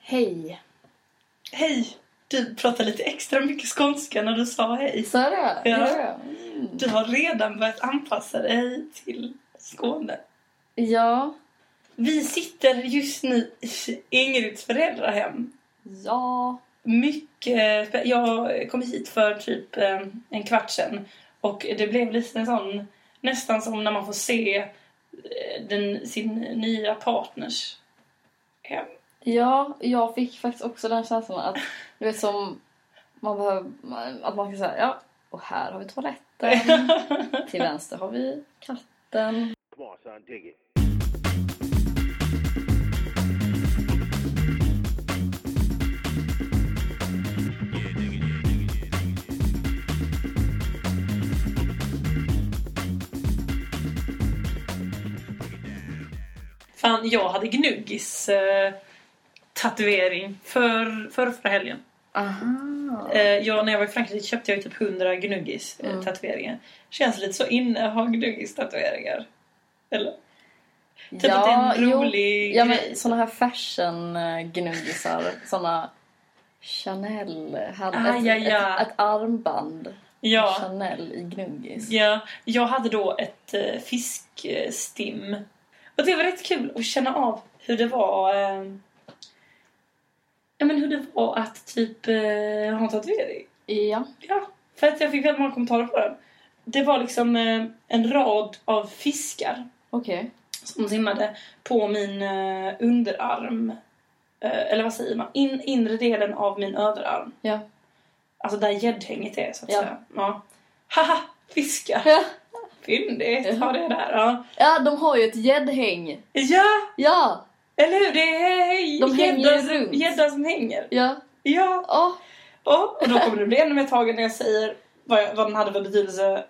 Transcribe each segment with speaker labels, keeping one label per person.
Speaker 1: Hej.
Speaker 2: Hej! Du pratade lite extra mycket skånska när du sa hej.
Speaker 1: Sa jag?
Speaker 2: Ja.
Speaker 1: Gjorde jag? Mm.
Speaker 2: Du har redan börjat anpassa dig till Skåne.
Speaker 1: Ja.
Speaker 2: Vi sitter just nu i Ingrids föräldrahem.
Speaker 1: Ja.
Speaker 2: Mycket... spä- Jag kom hit för typ eh, en kvart sedan och det blev lite en sån... Nästan som när man får se eh, den, sin nya partners hem.
Speaker 1: Ja, jag fick faktiskt också den känslan att du vet som man behöver, att man kan säga ja, och här har vi toaletten. Till vänster har vi katten.
Speaker 3: Come on, son, dig it.
Speaker 2: Fan, jag hade gnuggis eh, tatuering för, för förra helgen.
Speaker 1: Aha.
Speaker 2: Eh, jag, när jag var i Frankrike köpte jag ju typ 100 gnuggis eh,
Speaker 1: Mm.
Speaker 2: tatueringar. Känns lite så inne att ha gnuggis tatueringar. Eller? Typ att det
Speaker 1: ja,
Speaker 2: är en
Speaker 1: jo.
Speaker 2: rolig
Speaker 1: Ja,
Speaker 2: grej.
Speaker 1: men såna här fashion-gnuggisar. såna Chanel hade
Speaker 2: Ah,
Speaker 1: ett,
Speaker 2: ja, ja.
Speaker 1: Ett, ett armband.
Speaker 2: ja.
Speaker 1: Chanel i gnuggis.
Speaker 2: ja. Jag hade då ett eh, fiskstim. Och det var rätt kul att känna av hur det var... Eh, ja, men hur det var att typ eh, ha en tatuering.
Speaker 1: Ja.
Speaker 2: Ja, för att jag fick väldigt många kommentarer på den. Det var liksom eh, en rad av fiskar
Speaker 1: Okej.
Speaker 2: som simmade på min eh, underarm. Eh, eller vad säger man? In, inre delen av min överarm.
Speaker 1: Ja.
Speaker 2: Alltså där gäddhänget är så att
Speaker 1: Ja.
Speaker 2: säga. Ja. Haha! Fiskar!
Speaker 1: Ja.
Speaker 2: Fyndigt! Ha det där. Ja.
Speaker 1: Ja, de har ju ett gäddhäng.
Speaker 2: ja,
Speaker 1: Ja,
Speaker 2: eller hur? Det är
Speaker 1: De hänger
Speaker 2: gäddan-
Speaker 1: runt.
Speaker 2: gäddan som hänger.
Speaker 1: ja.
Speaker 2: Ja.
Speaker 1: Åh,
Speaker 2: Ja, och då kommer det bli ännu mer tagen när jag säger vad, jag, vad den hade för betydelse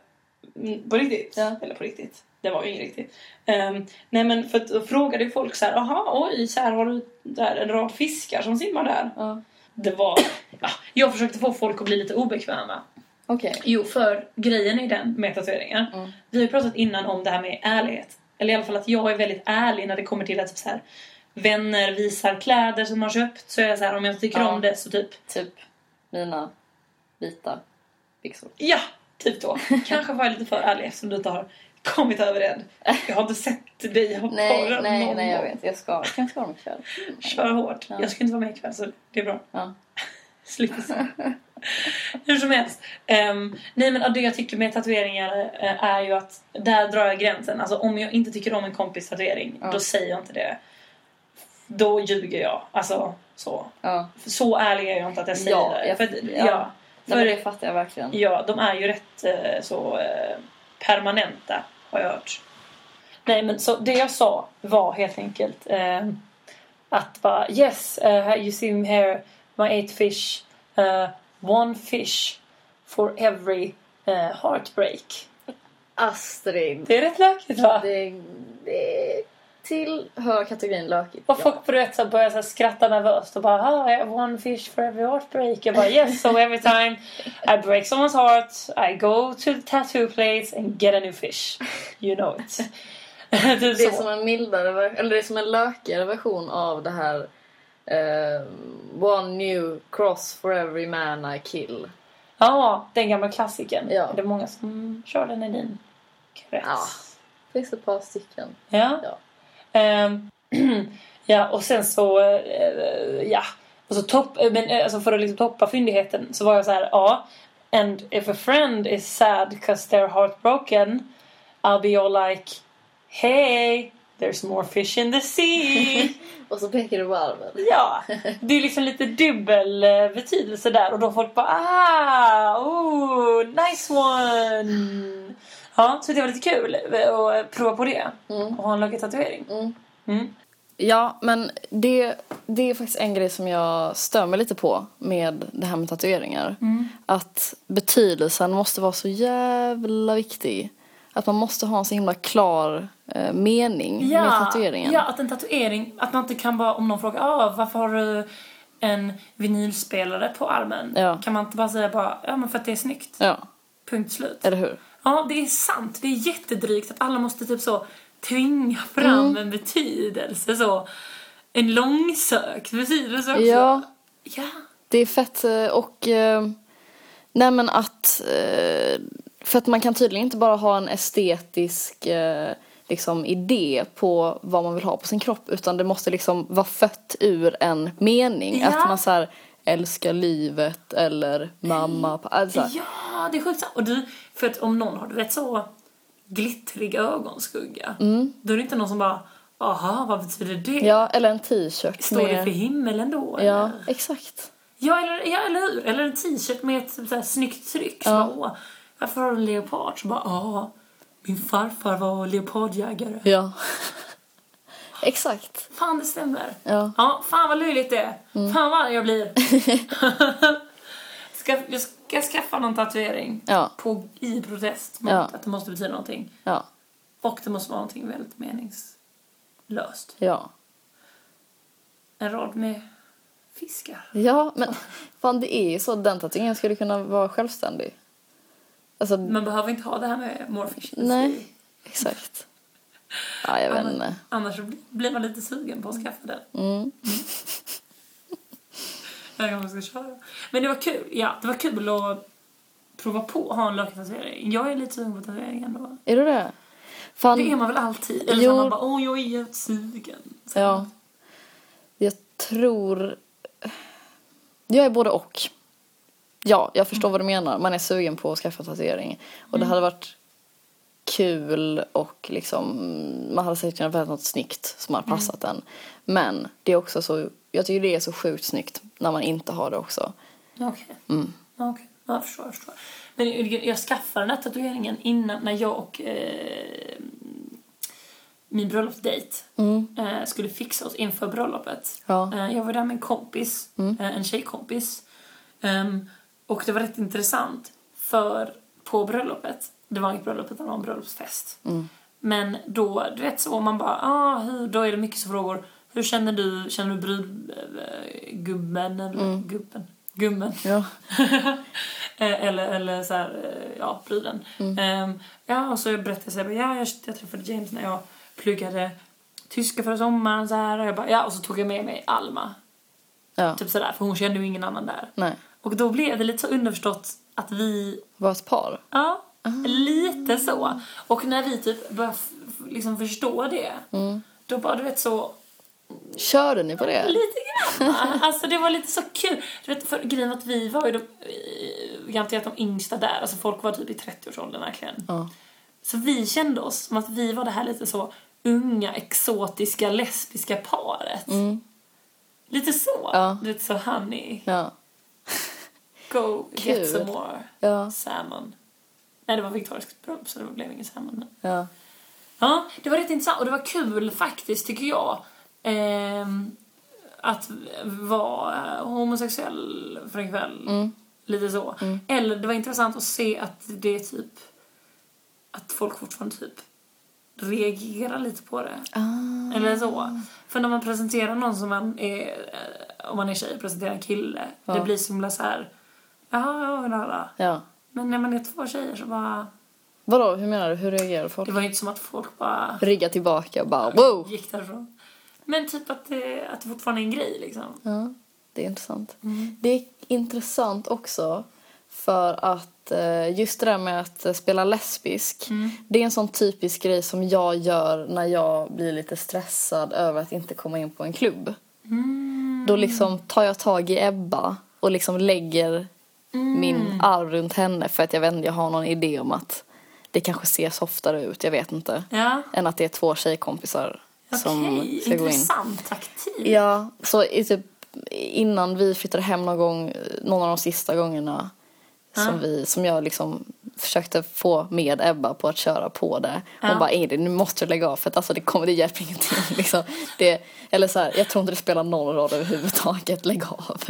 Speaker 2: mm, på riktigt.
Speaker 1: Ja.
Speaker 2: Eller på riktigt. Det var ju inget riktigt. Ehm, nej men för att då frågade ju folk så här, aha oj, så här har du där en rad fiskar som simmar där.
Speaker 1: Ja.
Speaker 2: Det var, ja, jag försökte få folk att bli lite obekväma.
Speaker 1: Okej.
Speaker 2: Jo, för grejen är ju den med tatueringar.
Speaker 1: Mm.
Speaker 2: Vi har ju pratat innan om det här med ärlighet. Eller i alla fall att jag är väldigt ärlig när det kommer till att typ så här, vänner visar kläder som de har köpt. Så är jag så här, om jag tycker
Speaker 1: Ja.
Speaker 2: om det så typ
Speaker 1: Typ mina vita byxor.
Speaker 2: Ja, typ då. Kanske var jag lite för ärlig eftersom du inte har kommit över det än. Jag har inte sett dig ha
Speaker 1: Nej,
Speaker 2: porren
Speaker 1: nej,
Speaker 2: någon
Speaker 1: nej, jag
Speaker 2: gång.
Speaker 1: vet. Jag ska, jag ska inte ha dem ikväll.
Speaker 2: Kör hårt.
Speaker 1: Ja.
Speaker 2: Jag ska inte vara med ikväll så det är bra.
Speaker 1: Ja.
Speaker 2: Slipper så. Hur som helst. Ehm, nej men ja, det jag tycker med tatueringar eh, är ju att där drar jag gränsen. Alltså om jag inte tycker om en kompis tatuering
Speaker 1: Ja.
Speaker 2: då säger jag inte det. Då ljuger jag. Alltså så.
Speaker 1: Ja.
Speaker 2: Så ärlig är jag inte att jag säger
Speaker 1: Ja,
Speaker 2: det.
Speaker 1: jag-
Speaker 2: För, att-
Speaker 1: ja.
Speaker 2: ja.
Speaker 1: Nej,
Speaker 2: För-
Speaker 1: men det fattar jag verkligen.
Speaker 2: Ja, de är ju rätt eh, så eh, permanenta har jag hört. Nej, men så det jag sa var helt enkelt eh, att bara yes, uh, you see me here, my eight fish, eh, one fish for every eh, heartbreak.
Speaker 1: Astrid.
Speaker 2: Det är rätt lökigt va?
Speaker 1: Det, det tillhör kategorin lökigt.
Speaker 2: Och folk på rätt sätt börjar så här skratta nervöst och bara ah, I have one fish for every heartbreak. Jag bara yes, so every time I break someone's heart I go to the tattoo place and get a new fish. You know it. typ
Speaker 1: Det är
Speaker 2: så.
Speaker 1: som en mildare, ver- eller det är som en lökigare version av det här eh, One new cross for every man I kill.
Speaker 2: Ja, den gamla klassikern.
Speaker 1: Ja.
Speaker 2: Det är många som kör den i din
Speaker 1: Ja.
Speaker 2: krets.
Speaker 1: Det finns ett par stycken.
Speaker 2: Ja.
Speaker 1: Ja.
Speaker 2: Ehm, ja, och sen så... eh, ja. Och så topp, men, eh, alltså för att liksom toppa fyndigheten så var jag så här, ja. And if a friend is sad because they're heartbroken I'll be all like Hey, there's more fish in the sea.
Speaker 1: Och så pekar du på armen.
Speaker 2: ja, det är liksom lite dubbel eh, betydelse där. Och då folk bara ah, oh, nice one. Ja, så det var lite kul eh, att prova på det. Och ha en lökig tatuering.
Speaker 1: Ja, men det, det är faktiskt en grej som jag stör mig lite på med det här med tatueringar.
Speaker 2: Mm.
Speaker 1: Att betydelsen måste vara så jävla viktig. Att man måste ha en så himla klar eh, mening med tatueringen.
Speaker 2: Ja, att en tatuering, att man inte kan bara, om någon frågar ah, varför har du en vinylspelare på armen?
Speaker 1: Ja.
Speaker 2: Kan man inte bara säga bara, ja men för att det är snyggt.
Speaker 1: ja,
Speaker 2: Punkt slut.
Speaker 1: eller hur?
Speaker 2: Ja, det är sant. Det är
Speaker 1: Mm.
Speaker 2: jättedrygt att alla måste typ så tvinga fram en betydelse så. En långsökt betydelse också.
Speaker 1: Ja,
Speaker 2: ja.
Speaker 1: det är fett eh, och... eh, Nej men att... eh, För att man kan tydligen inte bara ha en estetisk eh, liksom, idé på vad man vill ha på sin kropp utan det måste liksom vara fött ur en mening.
Speaker 2: Ja.
Speaker 1: Att man så här älskar livet eller mamma. pa- Alltså,
Speaker 2: Ja, det är sjukt sant. Och du, för att om någon har du vet så glittrig ögonskugga,
Speaker 1: Mm.
Speaker 2: då är det inte någon som bara aha, vad betyder det?
Speaker 1: ja, eller en t-shirt.
Speaker 2: Står det
Speaker 1: med-
Speaker 2: för himmelen då?
Speaker 1: Ja,
Speaker 2: eller?
Speaker 1: exakt.
Speaker 2: Ja, eller, ja, eller hur? Eller en t-shirt med ett så här, snyggt tryck. Så bara, åh, varför har du en leopard? Så bara, ja, min farfar var leopardjägare.
Speaker 1: Ja. exakt.
Speaker 2: Fan, det stämmer.
Speaker 1: Ja. Mm.
Speaker 2: Ja, fan vad löjligt det är. Fan vad arg jag blir. ska, jag ska skaffa någon tatuering
Speaker 1: Ja.
Speaker 2: på, i protest mot
Speaker 1: Ja.
Speaker 2: att det måste betyda någonting.
Speaker 1: Ja.
Speaker 2: Och det måste vara någonting väldigt meningslöst.
Speaker 1: Ja.
Speaker 2: En rad med fiskar.
Speaker 1: Ja, men fan det är ju så. Den tatueringen skulle kunna vara självständig. Alltså,
Speaker 2: Man behöver inte ha det här med more fish. in the sea.
Speaker 1: nej. Exakt. Ja, jag vet
Speaker 2: Annars,
Speaker 1: inte.
Speaker 2: annars så blir man lite sugen på att skaffa den.
Speaker 1: Mm.
Speaker 2: Jag kanske ska köra. Men det var kul. Ja, det var kul att prova på att ha en löktatuering. Jag är lite sugen på tatuering ändå.
Speaker 1: Är du det? Fan,
Speaker 2: Det är man väl alltid? Eller
Speaker 1: Jo.
Speaker 2: så man bara, åh jag är jävligt sugen. Så.
Speaker 1: ja. Jag tror... Jag är både och. Ja, jag förstår vad du menar. Man är sugen på att skaffa tatuering. Och det hade varit kul och liksom man hade säkert kunnat välja något snyggt som hade passat en. Men det är också så, jag tycker det är så sjukt snyggt när man inte har det också.
Speaker 2: Okej.
Speaker 1: Mm.
Speaker 2: Ja, Okej. Ja, jag förstår, jag förstår. Men jag skaffade den här tatueringen innan, när jag och eh, min bröllopsdejt eh, skulle fixa oss inför bröllopet.
Speaker 1: Mm. Ja. Mm.
Speaker 2: Eh, jag var där med en kompis, eh, en tjejkompis. Ehm, och det var rätt intressant, för på bröllopet, det var inget bröllop utan det var en bröllopsfest.
Speaker 1: Mm.
Speaker 2: Men då, du vet så, man bara, ah, hur, då är det mycket som frågor. Hur känner du, känner du brudgubben eller gubben? Gummen.
Speaker 1: Mm. Ja.
Speaker 2: Eh, eller, eller så här, eh, ja, bruden.
Speaker 1: Mm.
Speaker 2: Ehm, ja, och så berättade jag så här, bara, ja, jag, jag träffade James när jag pluggade tyska förra sommaren så här, och jag bara, ja, och så tog jag med mig Alma.
Speaker 1: Ja.
Speaker 2: Typ sådär, för hon kände ju ingen annan där.
Speaker 1: Nej.
Speaker 2: Och då blev det lite så underförstått att vi
Speaker 1: Var ett par?
Speaker 2: Ja,
Speaker 1: Ah.
Speaker 2: lite så. Och när vi typ började f- f- liksom förstå det,
Speaker 1: Mm.
Speaker 2: då bara du vet så,
Speaker 1: Körde ni på det?
Speaker 2: lite grann. va? alltså det var lite så kul. Du vet, för grejen att vi var ju de, eh, garanterat de yngsta där, alltså folk var typ i 30-årsåldern verkligen.
Speaker 1: Ja.
Speaker 2: Så vi kände oss som att vi var det här lite så unga, exotiska, lesbiska paret. Lite så.
Speaker 1: Mm. Ja.
Speaker 2: Du vet så honey,
Speaker 1: Ja.
Speaker 2: go
Speaker 1: Kul.
Speaker 2: get some more
Speaker 1: Ja.
Speaker 2: salmon. Nej det var vegetariskt bröllop så det blev ingen salmon. Men.
Speaker 1: Ja.
Speaker 2: Ja, det var rätt intressant och det var kul faktiskt tycker jag. ehm, att vara eh, homosexuell för en kväll. Lite så. Eller det var intressant att se att det är typ att folk fortfarande typ reagerar lite på det.
Speaker 1: Ah.
Speaker 2: Eller så. För när man presenterar någon som man är, eh, om man är tjej och presenterar en kille, det blir så himla såhär, jaha, jag vill höra.
Speaker 1: ja.
Speaker 2: Men när man är två tjejer så bara,
Speaker 1: Vadå, hur menar du? Hur reagerar
Speaker 2: det
Speaker 1: folk?
Speaker 2: var ju inte som att folk bara
Speaker 1: Rigga tillbaka och bara wow!
Speaker 2: gick därifrån. Men typ att det, att det fortfarande är en grej liksom.
Speaker 1: Ja, det är intressant.
Speaker 2: Mm.
Speaker 1: Det är intressant också för att eh, just det där med att eh, spela lesbisk
Speaker 2: Mm.
Speaker 1: det är en sån typisk grej som jag gör när jag blir lite stressad över att inte komma in på en klubb.
Speaker 2: Mm.
Speaker 1: Då liksom tar jag tag i Ebba och liksom lägger
Speaker 2: Mm.
Speaker 1: min arm runt henne för att jag vet inte, jag har någon idé om att det kanske ser softare ut, jag vet inte.
Speaker 2: Ja.
Speaker 1: Än att det är två tjejkompisar som
Speaker 2: Okej,
Speaker 1: ska gå in.
Speaker 2: intressant taktik.
Speaker 1: Ja, så i typ innan vi flyttade hem någon gång, någon av de sista gångerna som, vi, som jag liksom försökte få med Ebba på att köra på det. Hon bara, Ingrid nu måste du lägga av för att alltså, det, kommer, det hjälper ingenting. Liksom. Det, eller så här, jag tror inte det spelar någon roll överhuvudtaget, lägg av.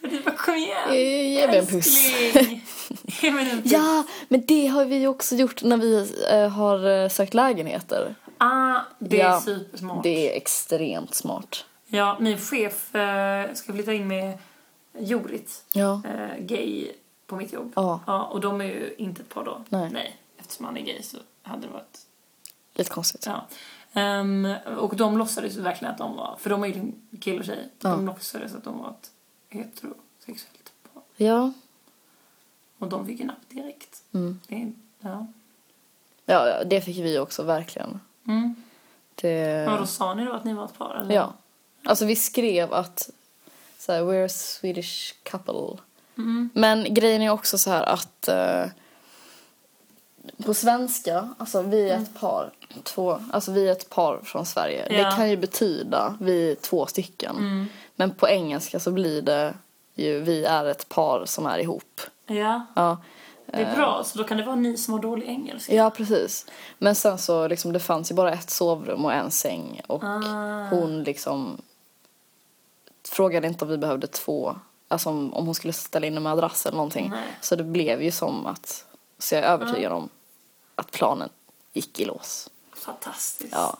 Speaker 2: Men du bara kom igen.
Speaker 1: Ge- ge mig en puss.
Speaker 2: älskling. typ. Ge mig en puss.
Speaker 1: Ja, men det har vi ju också gjort när vi eh, har eh, sökt lägenheter.
Speaker 2: Ah, det är
Speaker 1: Ja,
Speaker 2: supersmart.
Speaker 1: Det är extremt smart.
Speaker 2: Ja, min chef eh, ska flytta in med Jorit,
Speaker 1: Ja.
Speaker 2: eh, gay, på mitt jobb.
Speaker 1: Ja.
Speaker 2: ja. Och de är ju inte ett par då.
Speaker 1: Nej.
Speaker 2: Nej. Eftersom han är gay så hade det varit
Speaker 1: Lite konstigt.
Speaker 2: Ja. Ehm, och de låtsades ju verkligen att de var, för de är ju liksom kille och tjej, de låtsades att de var ett heterosexuellt par.
Speaker 1: Ja. Mm.
Speaker 2: Och de fick ju napp direkt. Det är, ja.
Speaker 1: ja, ja, det fick vi också verkligen.
Speaker 2: Mm.
Speaker 1: Det...
Speaker 2: Men då sa ni då att ni var ett par? Eller?
Speaker 1: Ehm. eh, Ja. Alltså vi skrev att så här, we're a Swedish couple.
Speaker 2: Mm-hmm.
Speaker 1: Men grejen är också så här att eh, på svenska, alltså vi är ett par, två, alltså vi är ett par från Sverige.
Speaker 2: Mm. Ja. Mm.
Speaker 1: Det kan ju betyda vi är två stycken. Men på engelska så blir det ju vi är ett par som är ihop.
Speaker 2: Ja,
Speaker 1: Ja.
Speaker 2: det är
Speaker 1: Ehm.
Speaker 2: bra. Så då kan det vara ni som har dålig engelska.
Speaker 1: Ja, precis. Men sen så liksom, det fanns ju bara ett sovrum och en säng och
Speaker 2: Ah.
Speaker 1: hon liksom frågade inte om vi behövde två, alltså om, om hon skulle ställa in en madrass eller någonting.
Speaker 2: Nej. Ah.
Speaker 1: Så det blev ju som att, så jag är övertygad om att planen gick i lås.
Speaker 2: Fantastiskt.
Speaker 1: Ja.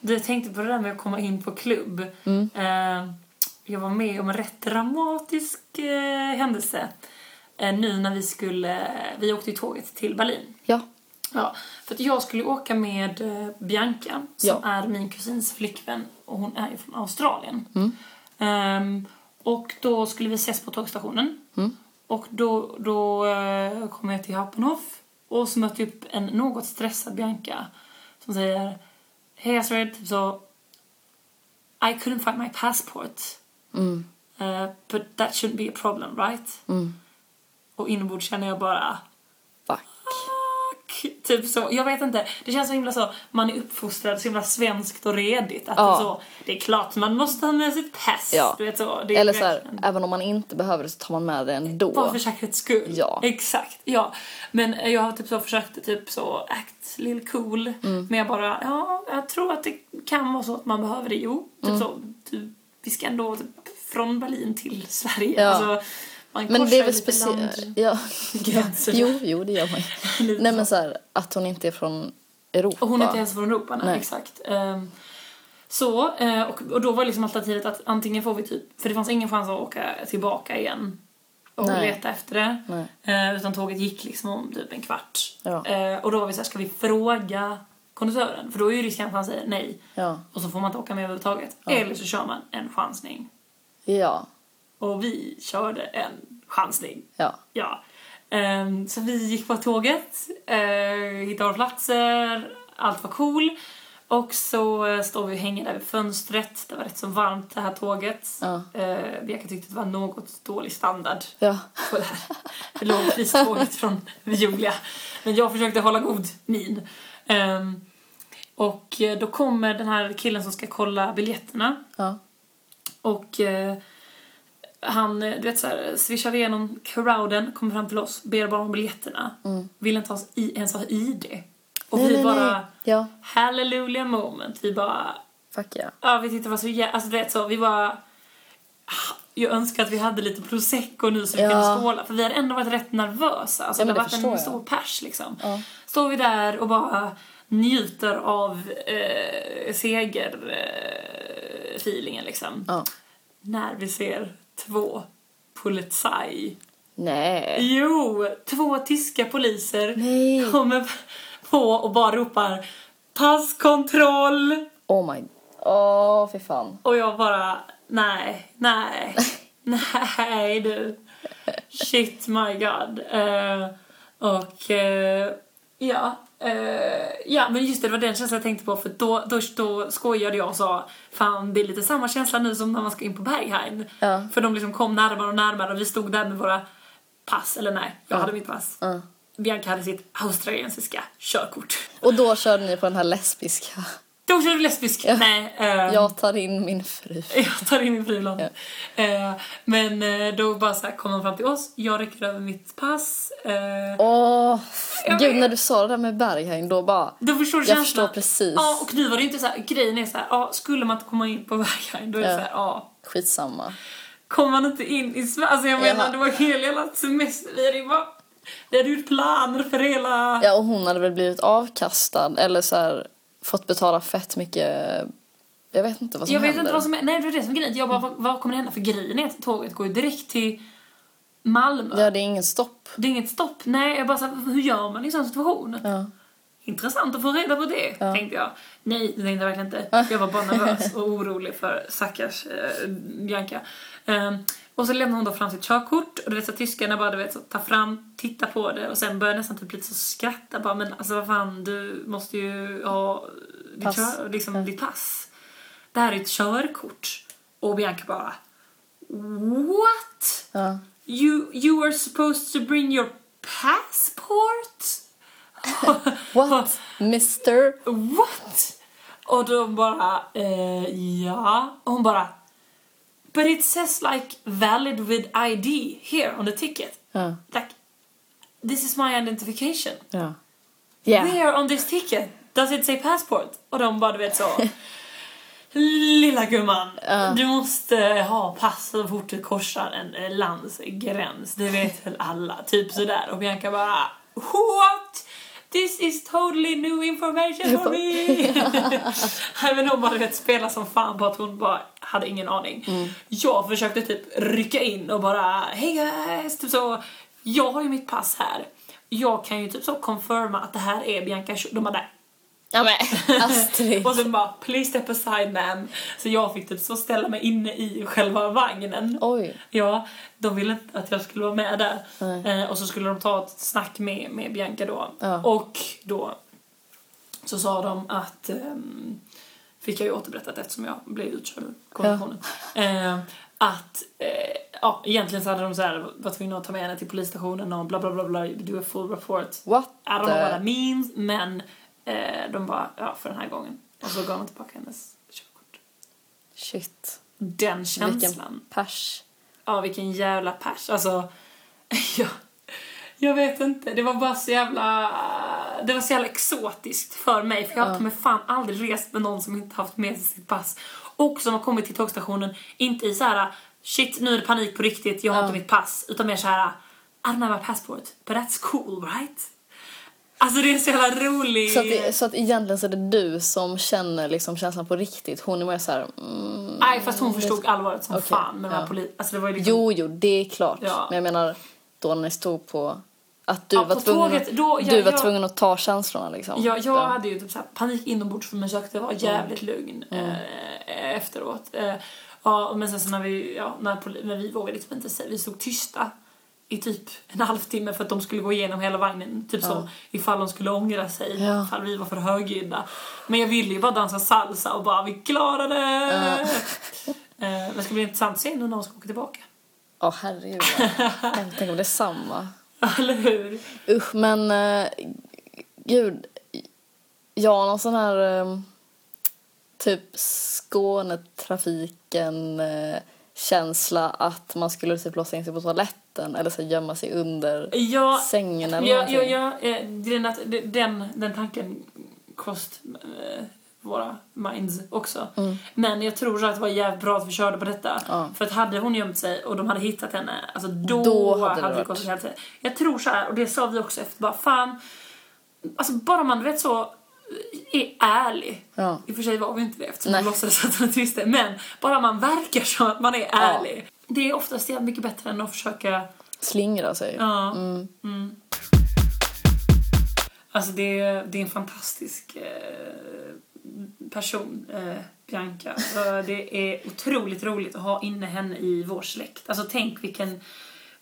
Speaker 2: Du tänkte på det där med att komma in på klubb.
Speaker 1: Mm.
Speaker 2: Eh, jag var med om en rätt dramatisk eh, händelse. Eh, nu när vi skulle, vi åkte ju tåget till Berlin.
Speaker 1: Ja,
Speaker 2: Ja, för att jag skulle åka med eh, Bianca som
Speaker 1: Ja.
Speaker 2: är min kusins flickvän och hon är ju från Australien. Ehm, och då skulle vi ses på tågstationen. Och då, då eh, kom jag till Happenhof och så mötte jag upp en något stressad Bianca som säger Hej Astrid, typ så I couldn't find my passport. Eh, but that shouldn't be a problem, right? Och inombords känner jag bara
Speaker 1: fuck.
Speaker 2: Fuck. Typ så, jag vet inte. Det känns så himla så, man är uppfostrad så himla svenskt och redigt. Att
Speaker 1: Ja.
Speaker 2: det, är så, det är klart man måste ha med sitt pass.
Speaker 1: Ja.
Speaker 2: Du vet så, Ah, det är
Speaker 1: Eller så här,
Speaker 2: verkligen-
Speaker 1: även om man inte behöver det så tar man med det ändå.
Speaker 2: Bara för säkerhets skull.
Speaker 1: Ja.
Speaker 2: Exakt, ja. Men eh, jag har typ så försökt typ så act lill cool.
Speaker 1: Mm.
Speaker 2: Men jag bara, ja, jag tror att det kan vara så att man behöver det. Jo, typ
Speaker 1: Mm.
Speaker 2: så. Typ, vi ska ändå typ, från Berlin till Sverige.
Speaker 1: Ja.
Speaker 2: Alltså, man
Speaker 1: Men det är väl speciellt...
Speaker 2: speciellt.
Speaker 1: Ja.
Speaker 2: landgränserna.
Speaker 1: jo, jo, det gör man ju.
Speaker 2: Lite
Speaker 1: Nej men så här, att hon inte är från Europa.
Speaker 2: Och hon är inte ens från Europa, nej,
Speaker 1: Nej.
Speaker 2: exakt. Ehm, så, eh, och, och då var liksom alternativet att antingen får vi typ, för det fanns ingen chans att åka tillbaka igen och
Speaker 1: Nej.
Speaker 2: leta efter det.
Speaker 1: Nej.
Speaker 2: Eh, utan tåget gick liksom om typ en kvart.
Speaker 1: Ja.
Speaker 2: Eh, och då var vi såhär, ska vi fråga konduktören? För då är ju risken att han säger nej.
Speaker 1: Ja.
Speaker 2: Och så får man inte åka med överhuvudtaget. Eller så kör man en chansning.
Speaker 1: Ja.
Speaker 2: Och vi körde en chansning.
Speaker 1: Ja.
Speaker 2: Ja. Ehm, så vi gick på tåget, uh, hittade våra platser, allt var cool. Och så eh, står vi och hänger där vid fönstret, det var rätt så varmt det här tåget.
Speaker 1: Ja.
Speaker 2: Eh, Bianca tyckte att det var något dålig standard
Speaker 1: Ja.
Speaker 2: på det här lågpriståget från Julia. Men jag försökte hålla god min. Ehm, och eh, då kommer den här killen som ska kolla biljetterna
Speaker 1: Ja.
Speaker 2: och eh, han, eh, du vet såhär, swishar igenom crowden, kommer fram till oss, ber bara om biljetterna. Vill inte ha oss i, ens ha ID. Och
Speaker 1: Mm. Nej,
Speaker 2: vi
Speaker 1: nej,
Speaker 2: bara,
Speaker 1: nej. Ja.
Speaker 2: hallelujah moment. Vi bara,
Speaker 1: Fuck yeah.
Speaker 2: ja vi tyckte det var så jä- alltså du vet så, vi bara, ah, jag önskar att vi hade lite prosecco nu så vi
Speaker 1: Ja.
Speaker 2: kunde skåla. För vi har ändå varit rätt nervösa. Alltså,
Speaker 1: Ja,
Speaker 2: det
Speaker 1: men
Speaker 2: har
Speaker 1: det
Speaker 2: varit
Speaker 1: förstår
Speaker 2: en
Speaker 1: jag.
Speaker 2: stor pers liksom.
Speaker 1: Ja.
Speaker 2: Står vi där och bara njuter av eh, seger, eh, feelingen liksom
Speaker 1: Ja.
Speaker 2: när vi ser två polizai.
Speaker 1: Nej.
Speaker 2: Jo, två tyska poliser
Speaker 1: Nej.
Speaker 2: kommer på och bara ropar passkontroll
Speaker 1: Oh my... Åh, fy fan.
Speaker 2: och jag bara nej, nej, nej du. Shit my god. Eh, och eh, ja, eh, ja men just det, det var den känslan jag tänkte på för då, då, då skojade jag och sa fan det är lite samma känsla nu som när man ska in på Berghain.
Speaker 1: Ja.
Speaker 2: För de liksom kom närmare och närmare och vi stod där med våra pass, eller nej, jag hade mitt pass.
Speaker 1: Ja.
Speaker 2: Bianca hade sitt australiensiska körkort.
Speaker 1: Och då körde ni på den här lesbiska.
Speaker 2: Då körde vi lesbisk. Nej, eh,
Speaker 1: Jag tar in min fru.
Speaker 2: Jag tar in min friland. Eh, men eh, då bara så här kom han fram till oss, jag räcker över mitt pass. Eh,
Speaker 1: Åh.
Speaker 2: Jag
Speaker 1: Gud,
Speaker 2: vet.
Speaker 1: när du sa det där med Berghain då bara...
Speaker 2: då förstår du
Speaker 1: Jag
Speaker 2: känslan.
Speaker 1: förstår precis.
Speaker 2: Ja, och nu var det ju inte så här, grejen är så här, ja, skulle man inte komma in på Berghain då är det
Speaker 1: Ja.
Speaker 2: så här, ja.
Speaker 1: Skitsamma.
Speaker 2: Kom man inte in i Sverige, alltså jag menar
Speaker 1: Ja.
Speaker 2: det var hela jävla semester, vi hade ju bara, vi hade ju planer för hela...
Speaker 1: Ja, och hon hade väl blivit avkastad eller så här, fått betala fett mycket... Jag vet inte vad som
Speaker 2: Jag vet
Speaker 1: händer.
Speaker 2: inte vad som är, nej det var det som är grejen, jag bara, vad, vad kommer det hända? För grejen är att tåget går ju direkt till Malmö.
Speaker 1: Ja, det är ingen stopp.
Speaker 2: Det är inget stopp, nej jag bara så här, hur gör man i en sån situation?
Speaker 1: Ja.
Speaker 2: intressant att få reda på det, tänkte jag. Nej, det tänkte jag verkligen inte. Jag var bara nervös och orolig för stackars eh, Bianca. Ehm, och så lämnar hon då fram sitt körkort och du vet så tyskarna bara du vet så tar fram, tittar på det och sen börjar nästan typ lite så skratta bara men alltså vad fan du måste ju ha ditt,
Speaker 1: Pass.
Speaker 2: Kör, liksom, ditt pass. Det här är ett körkort. Och Bianca bara What?
Speaker 1: Ja.
Speaker 2: You, you are supposed to bring your passport?
Speaker 1: What? Mr?
Speaker 2: What? Och då bara, eh, ja. Och hon bara, but it says like valid with ID here on the ticket.
Speaker 1: Ja.
Speaker 2: Like, this is my identification.
Speaker 1: Ja. Yeah.
Speaker 2: Where on this ticket does it say passport? Och de bara, du vet så. Lilla gumman, du måste ha pass så fort du korsar en eh, landsgräns. Det vet väl alla. Typ sådär. Och Bianca bara What? This is totally new information for me! Nej men hon bara du vet, spelade som fan på att hon bara hade ingen aning. Jag försökte typ rycka in och bara Hey guys! Typ så, jag har ju mitt pass här. Jag kan ju typ så confirma att det här är Bianca Schultz. De bara
Speaker 1: Ja men Astrid.
Speaker 2: och sen bara please step aside man. Så jag fick typ så ställa mig inne i själva vagnen.
Speaker 1: Oj.
Speaker 2: Ja, de ville inte att jag skulle vara med där. Eh, och så skulle de ta ett snack med, med Bianca då.
Speaker 1: Ja.
Speaker 2: Och då så sa de att ehm, fick jag ju återberättat eftersom jag blev utkörd ur konventionen. Eh, att eh, ja, egentligen så hade de så här, var tvungna att ta med henne till polisstationen och bla bla bla bla, do a full report.
Speaker 1: What
Speaker 2: I don't know what that
Speaker 1: the...
Speaker 2: means, men eh, de bara, ja för den här gången. Och så gav de tillbaka hennes körkort.
Speaker 1: Shit.
Speaker 2: Den känslan.
Speaker 1: Vilken pers.
Speaker 2: Ja, vilken jävla pers. Alltså, ja, jag vet inte. Det var bara så jävla... Det var så jävla exotiskt för mig. För jag har ta mig fan aldrig rest med någon som inte haft med sig sitt pass. Och som har kommit till tågstationen, inte i så här shit nu är det panik på riktigt, jag har inte mitt pass. Utan mer så här I don't have my passport, but that's cool right? Alltså det är en så jävla rolig...
Speaker 1: Så att, det, så att egentligen så är det du som känner liksom känslan på riktigt. Hon är mer så här. Mm,
Speaker 2: Nej fast hon förstod allvaret som
Speaker 1: Okej,
Speaker 2: fan med de här
Speaker 1: ja.
Speaker 2: poli... Alltså det var ju liksom...
Speaker 1: jo, jo, det är klart.
Speaker 2: Ja.
Speaker 1: Men jag menar då när ni stod på att du
Speaker 2: Ja,
Speaker 1: var
Speaker 2: på
Speaker 1: tvungen
Speaker 2: tåget,
Speaker 1: att,
Speaker 2: då- ja,
Speaker 1: du var
Speaker 2: ja.
Speaker 1: tvungen att ta känslorna liksom.
Speaker 2: Ja, jag hade ju typ så här panik inombords för man försökte
Speaker 1: Mm.
Speaker 2: vara jävligt lugn eh, efteråt. Eh, ja, men sen så när vi, ja, när, poli- när vi vågade liksom inte säga, vi stod tysta i typ en halvtimme för att de skulle gå igenom hela vagnen. Typ så, ifall de skulle ångra sig,
Speaker 1: Ja.
Speaker 2: ifall vi var för högljudda. Men jag ville ju bara dansa salsa och bara, vi klarade det! Eh, men det ska bli intressant att se nu när de ska åka tillbaka.
Speaker 1: Ja, herregud. Jag tänker om det är samma.
Speaker 2: Eller hur?
Speaker 1: Usch, men eh, gud. Ja, någon sån här eh, typ Skånetrafiken eh, känsla att man skulle typ låsa in sig på toaletten eller så här gömma sig under
Speaker 2: Ja,
Speaker 1: sängen eller
Speaker 2: Ja,
Speaker 1: någonting.
Speaker 2: ja, ja. eh, grejen är att de- den, den tanken kost eh, våra minds också. Men jag tror att det var jävligt bra att vi körde på detta.
Speaker 1: Mm. Ja.
Speaker 2: För att hade hon gömt sig och de hade hittat henne, alltså då,
Speaker 1: Då hade
Speaker 2: hade,
Speaker 1: det
Speaker 2: det
Speaker 1: varit.
Speaker 2: gått åt helvete. Jag tror så här, och det sa vi också efter, bara fan. Alltså bara man vet så eh, är ärlig.
Speaker 1: Ja.
Speaker 2: I och för sig var vi inte det eftersom
Speaker 1: Nej.
Speaker 2: vi låtsades att hon inte visste. Men bara man verkar som att man är ärlig. Det är oftast jävligt mycket bättre än att försöka
Speaker 1: Slingra sig.
Speaker 2: Ja. Mm. Alltså det är, det är en fantastisk eh, person, eh, Bianca. Så det är otroligt roligt att ha inne henne i vår släkt. Alltså tänk vilken,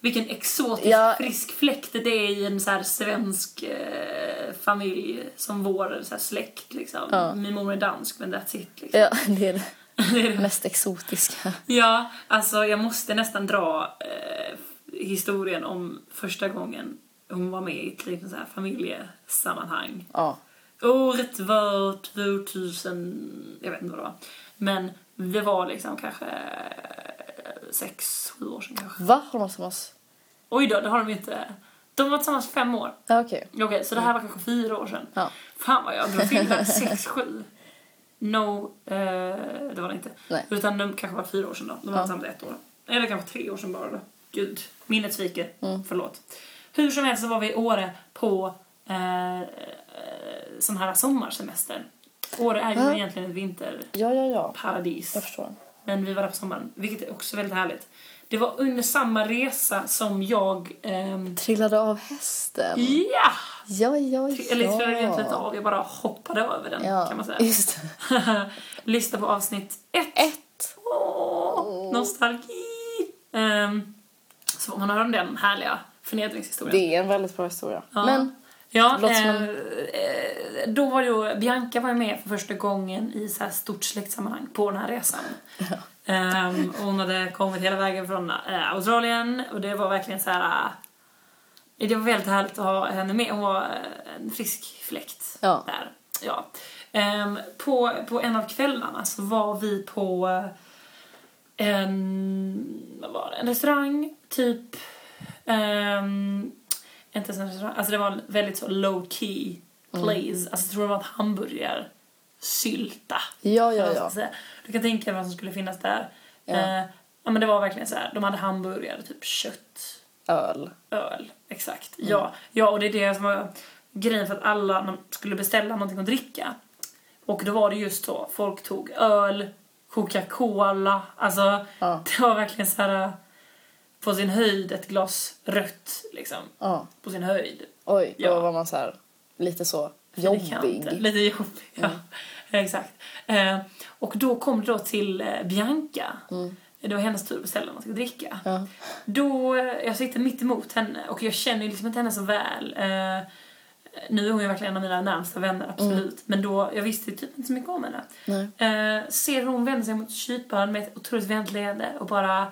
Speaker 2: vilken exotisk
Speaker 1: Ja.
Speaker 2: frisk fläkt det är i en så här svensk eh, familj som vår så här släkt. Liksom. Min mor är dansk men that's it. Liksom.
Speaker 1: Ja, det är det
Speaker 2: Det är det
Speaker 1: mest exotiska.
Speaker 2: Ja, alltså jag måste nästan dra eh, historien om första gången hon var med i ett litet så här familjesammanhang.
Speaker 1: Ja.
Speaker 2: Året var 2000, jag vet inte vad det var. Men det var liksom kanske eh, sex, sju år sedan kanske.
Speaker 1: Va? Har de varit tillsammans?
Speaker 2: Oj då, det har de inte. De var tillsammans fem år.
Speaker 1: Ja, okej.
Speaker 2: Okej, så det här var kanske fyra år sedan.
Speaker 1: Ja.
Speaker 2: Fan vad jag drog till det. Sex, sju. No, eh, det var det inte.
Speaker 1: Nej.
Speaker 2: Utan de kanske var fyra år sedan då. De var tillsammans ett år. Eller kanske tre år sedan bara då. Gud, minnet sviker.
Speaker 1: Mm.
Speaker 2: Förlåt. Hur som helst så var vi i Åre på eh, eh, sån här sommarsemester. Åre är ju egentligen ett vinterparadis.
Speaker 1: Ja, ja, ja. Jag förstår.
Speaker 2: Men vi var där på sommaren, vilket är också väldigt härligt. Det var under samma resa som jag... ehm,
Speaker 1: Trillade av hästen.
Speaker 2: ja!
Speaker 1: Ja, ja, ja.
Speaker 2: Eller jag trillade egentligen inte av, jag bara hoppade över den
Speaker 1: ja.
Speaker 2: kan man säga.
Speaker 1: Just det.
Speaker 2: Lyssna på avsnitt ett.
Speaker 1: Ett.
Speaker 2: Åh, nostalgi! Ehm, så får man höra om den härliga förnedringshistorien.
Speaker 1: Det är en väldigt bra historia. Men
Speaker 2: Ja,
Speaker 1: Låter som
Speaker 2: eh, eh, då var ju Bianca var ju med för första gången i så här stort släktsammanhang på den här resan. Ehm, och hon hade kommit hela vägen från eh, Australien och det var verkligen så här. eh, det var väldigt härligt att ha henne med. Hon var eh, en frisk fläkt
Speaker 1: Ja.
Speaker 2: där. Ja. Ehm, på, på en av kvällarna så var vi på eh, en, vad var det, en restaurang, typ Ehm, inte ens en restaurang. Alltså det var en väldigt så low key place.
Speaker 1: Mm.
Speaker 2: Alltså jag tror det var en hamburgarsylta.
Speaker 1: ja,
Speaker 2: eller
Speaker 1: ja,
Speaker 2: vad man
Speaker 1: ja.
Speaker 2: ska säga. Du kan tänka dig vad som skulle finnas där.
Speaker 1: Ja.
Speaker 2: Eh, ja men det var verkligen så här. De hade hamburgare, typ kött,
Speaker 1: Öl.
Speaker 2: öl. Exakt.
Speaker 1: Mm.
Speaker 2: Ja, ja, och det är det som var grejen för att alla när de skulle beställa någonting att dricka. Och då var det just så, folk tog öl, Coca-Cola, alltså
Speaker 1: Ja.
Speaker 2: det var verkligen så här eh, på sin höjd ett glas rött liksom.
Speaker 1: Ja.
Speaker 2: På sin höjd.
Speaker 1: Oj, då
Speaker 2: Ja.
Speaker 1: var man så här lite så
Speaker 2: Kanter.
Speaker 1: jobbig. Mm.
Speaker 2: Lite jobbig, ja. Exakt. Eh, och då kom det då till eh, Bianca. Det var hennes tur att beställa något att dricka.
Speaker 1: Mm. Ja.
Speaker 2: Då, eh, jag sitter mitt emot henne och jag känner ju liksom inte henne så väl. Eh, nu är hon ju verkligen en av mina närmsta vänner, absolut. Men då, jag visste ju typ inte så mycket om henne.
Speaker 1: Mm. Nej.
Speaker 2: Eh, ser hur hon vänder sig mot kyparen med ett otroligt vänligt leende och bara...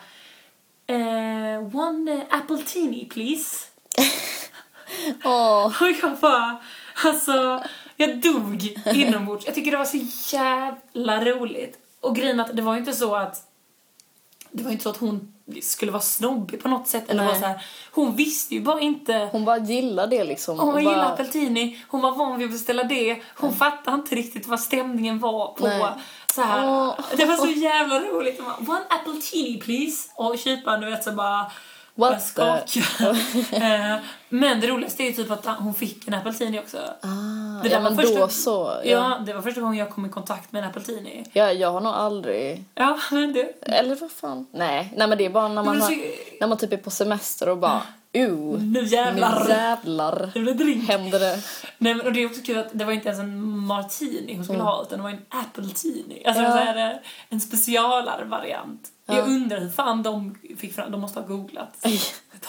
Speaker 2: Eh, one eh, apple teeny, please.
Speaker 1: Åh.
Speaker 2: Och jag bara, alltså, jag dog inombords. Jag tycker det var så jävla roligt. Och grejen att det var ju inte så att det var ju inte så att hon skulle vara snobbig på något sätt. Eller
Speaker 1: Nej.
Speaker 2: var så här, hon visste ju bara inte.
Speaker 1: Hon bara gillar det liksom.
Speaker 2: Hon
Speaker 1: och
Speaker 2: gillar
Speaker 1: bara-
Speaker 2: appeltini, hon var van vid att beställa det. Hon fattade inte riktigt vad stämningen var på.
Speaker 1: Nej.
Speaker 2: Så här.
Speaker 1: Åh.
Speaker 2: Det var så jävla roligt. Hon bara, One appeltini please. Och kyparen du vet så bara...
Speaker 1: What
Speaker 2: bara skakade. Eh, Men det roligaste är ju typ att hon fick en appeltini också.
Speaker 1: Ah,
Speaker 2: Det där
Speaker 1: ja,
Speaker 2: var
Speaker 1: men
Speaker 2: första-
Speaker 1: då så.
Speaker 2: Ja.
Speaker 1: Ja.
Speaker 2: det var första gången jag kom i kontakt med en appeltini.
Speaker 1: Ja, jag har nog aldrig...
Speaker 2: Ja, men det...
Speaker 1: Eller vad fan? Nej, Nej men det är bara när man,
Speaker 2: Men
Speaker 1: har...
Speaker 2: så-
Speaker 1: när man typ är på semester och bara... Uh,
Speaker 2: Nu jävlar.
Speaker 1: Nu jävlar.
Speaker 2: Det blev drink.
Speaker 1: Händer det?
Speaker 2: Nej, men och det är också kul att det var inte ens en martini hon skulle ha utan det var en appletini. Alltså
Speaker 1: Mm. Ja.
Speaker 2: det var så här, eh, en specialare variant. Jag undrar hur fan de fick fram, de måste ha googlat.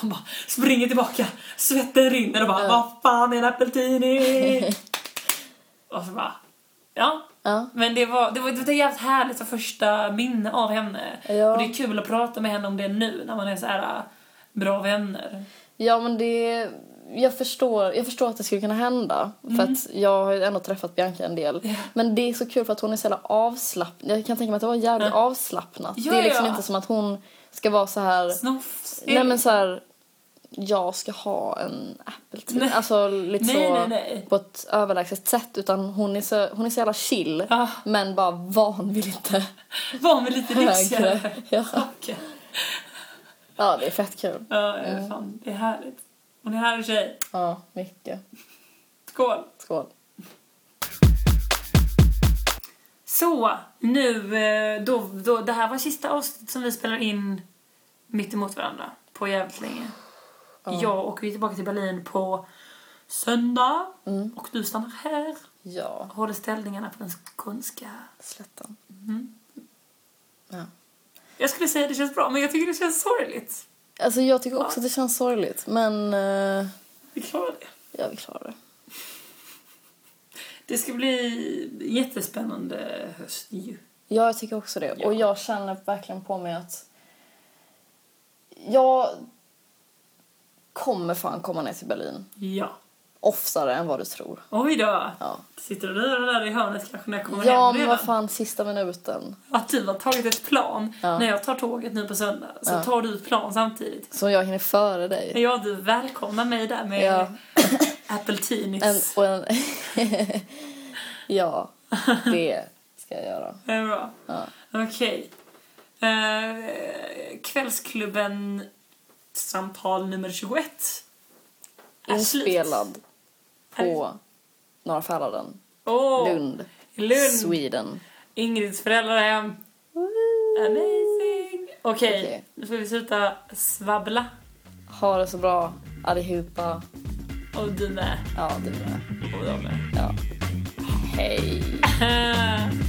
Speaker 2: De bara springer tillbaka, svetten rinner och bara vad fan är en appletini? och så bara ja.
Speaker 1: Ja.
Speaker 2: Men det var, det var, det var ett jävligt härligt så första minne av henne.
Speaker 1: Ja.
Speaker 2: Och det är kul att prata med henne om det nu när man är så här eh, bra vänner.
Speaker 1: Ja, men det... Jag förstår, jag förstår att det skulle kunna hända. För att jag har ju ändå träffat Bianca en del.
Speaker 2: Mm. Ja.
Speaker 1: Men det är så kul för att hon är så jävla avslappnad. Jag kan tänka mig att det var jävligt avslappnat.
Speaker 2: Ja,
Speaker 1: det är liksom
Speaker 2: ja.
Speaker 1: inte som att hon ska vara så här...
Speaker 2: Snofs.
Speaker 1: Nej men så här... Jag ska ha en apple
Speaker 2: Nej.
Speaker 1: Alltså lite
Speaker 2: Nej,
Speaker 1: så
Speaker 2: nej, nej.
Speaker 1: på ett överlägset sätt. Utan hon är så, hon är så jävla chill.
Speaker 2: Ja.
Speaker 1: Men bara van vid lite
Speaker 2: Var med lite lyxigare.
Speaker 1: högre. Ja.
Speaker 2: Saker.
Speaker 1: ja, det är fett kul.
Speaker 2: Ja, mm. fan, det är härligt. Hon är här och tjej.
Speaker 1: Ja, mycket.
Speaker 2: Skål!
Speaker 1: Skål.
Speaker 2: Så, nu, eh, då, då, det här var sista avsnittet som vi spelar in mitt emot varandra på jävligt länge. Jag åker ju tillbaka till Berlin på söndag och du stannar här
Speaker 1: Ja,
Speaker 2: och håller ställningarna på den skånska.
Speaker 1: slätten.
Speaker 2: Mm.
Speaker 1: Ja.
Speaker 2: Jag skulle säga att det känns bra, men jag tycker det känns sorgligt.
Speaker 1: Alltså jag tycker också att det känns sorgligt men eh,
Speaker 2: Vi klarar det.
Speaker 1: jag vill klara det.
Speaker 2: Det ska bli jättespännande höst ju.
Speaker 1: Ja, jag tycker också det.
Speaker 2: Ja.
Speaker 1: Och jag känner verkligen på mig att jag kommer fan komma ner till Berlin
Speaker 2: Ja.
Speaker 1: oftare än vad du tror.
Speaker 2: Oj då!
Speaker 1: Ja,
Speaker 2: Sitter du där, där i hörnet kanske när jag kommer
Speaker 1: ja
Speaker 2: hem
Speaker 1: men
Speaker 2: redan?
Speaker 1: vad fan, sista minuten
Speaker 2: Att du har tagit ett plan.
Speaker 1: Ja.
Speaker 2: När jag tar tåget nu på söndag så
Speaker 1: Ja.
Speaker 2: tar du ett plan samtidigt.
Speaker 1: som jag hinner före dig.
Speaker 2: Ja, du välkomnar mig där med
Speaker 1: Ja.
Speaker 2: Apple Tinis.
Speaker 1: En, och en... ja, det ska jag göra.
Speaker 2: Det är bra.
Speaker 1: Ja.
Speaker 2: Okej. Eh, kvällsklubben samtal nummer 21. är slut.
Speaker 1: Inspelad på Norra Fälladen,
Speaker 2: Åh,
Speaker 1: Lund,
Speaker 2: Lund.
Speaker 1: Sweden.
Speaker 2: Ingrids föräldrahem.
Speaker 1: Woo!
Speaker 2: Amazing! Okej,
Speaker 1: Okej.
Speaker 2: nu får vi sluta svabbla.
Speaker 1: Ha det så bra allihopa.
Speaker 2: Och du med.
Speaker 1: Ja, du med.
Speaker 2: Och jag med.
Speaker 1: Ja. Hej.
Speaker 2: Ah.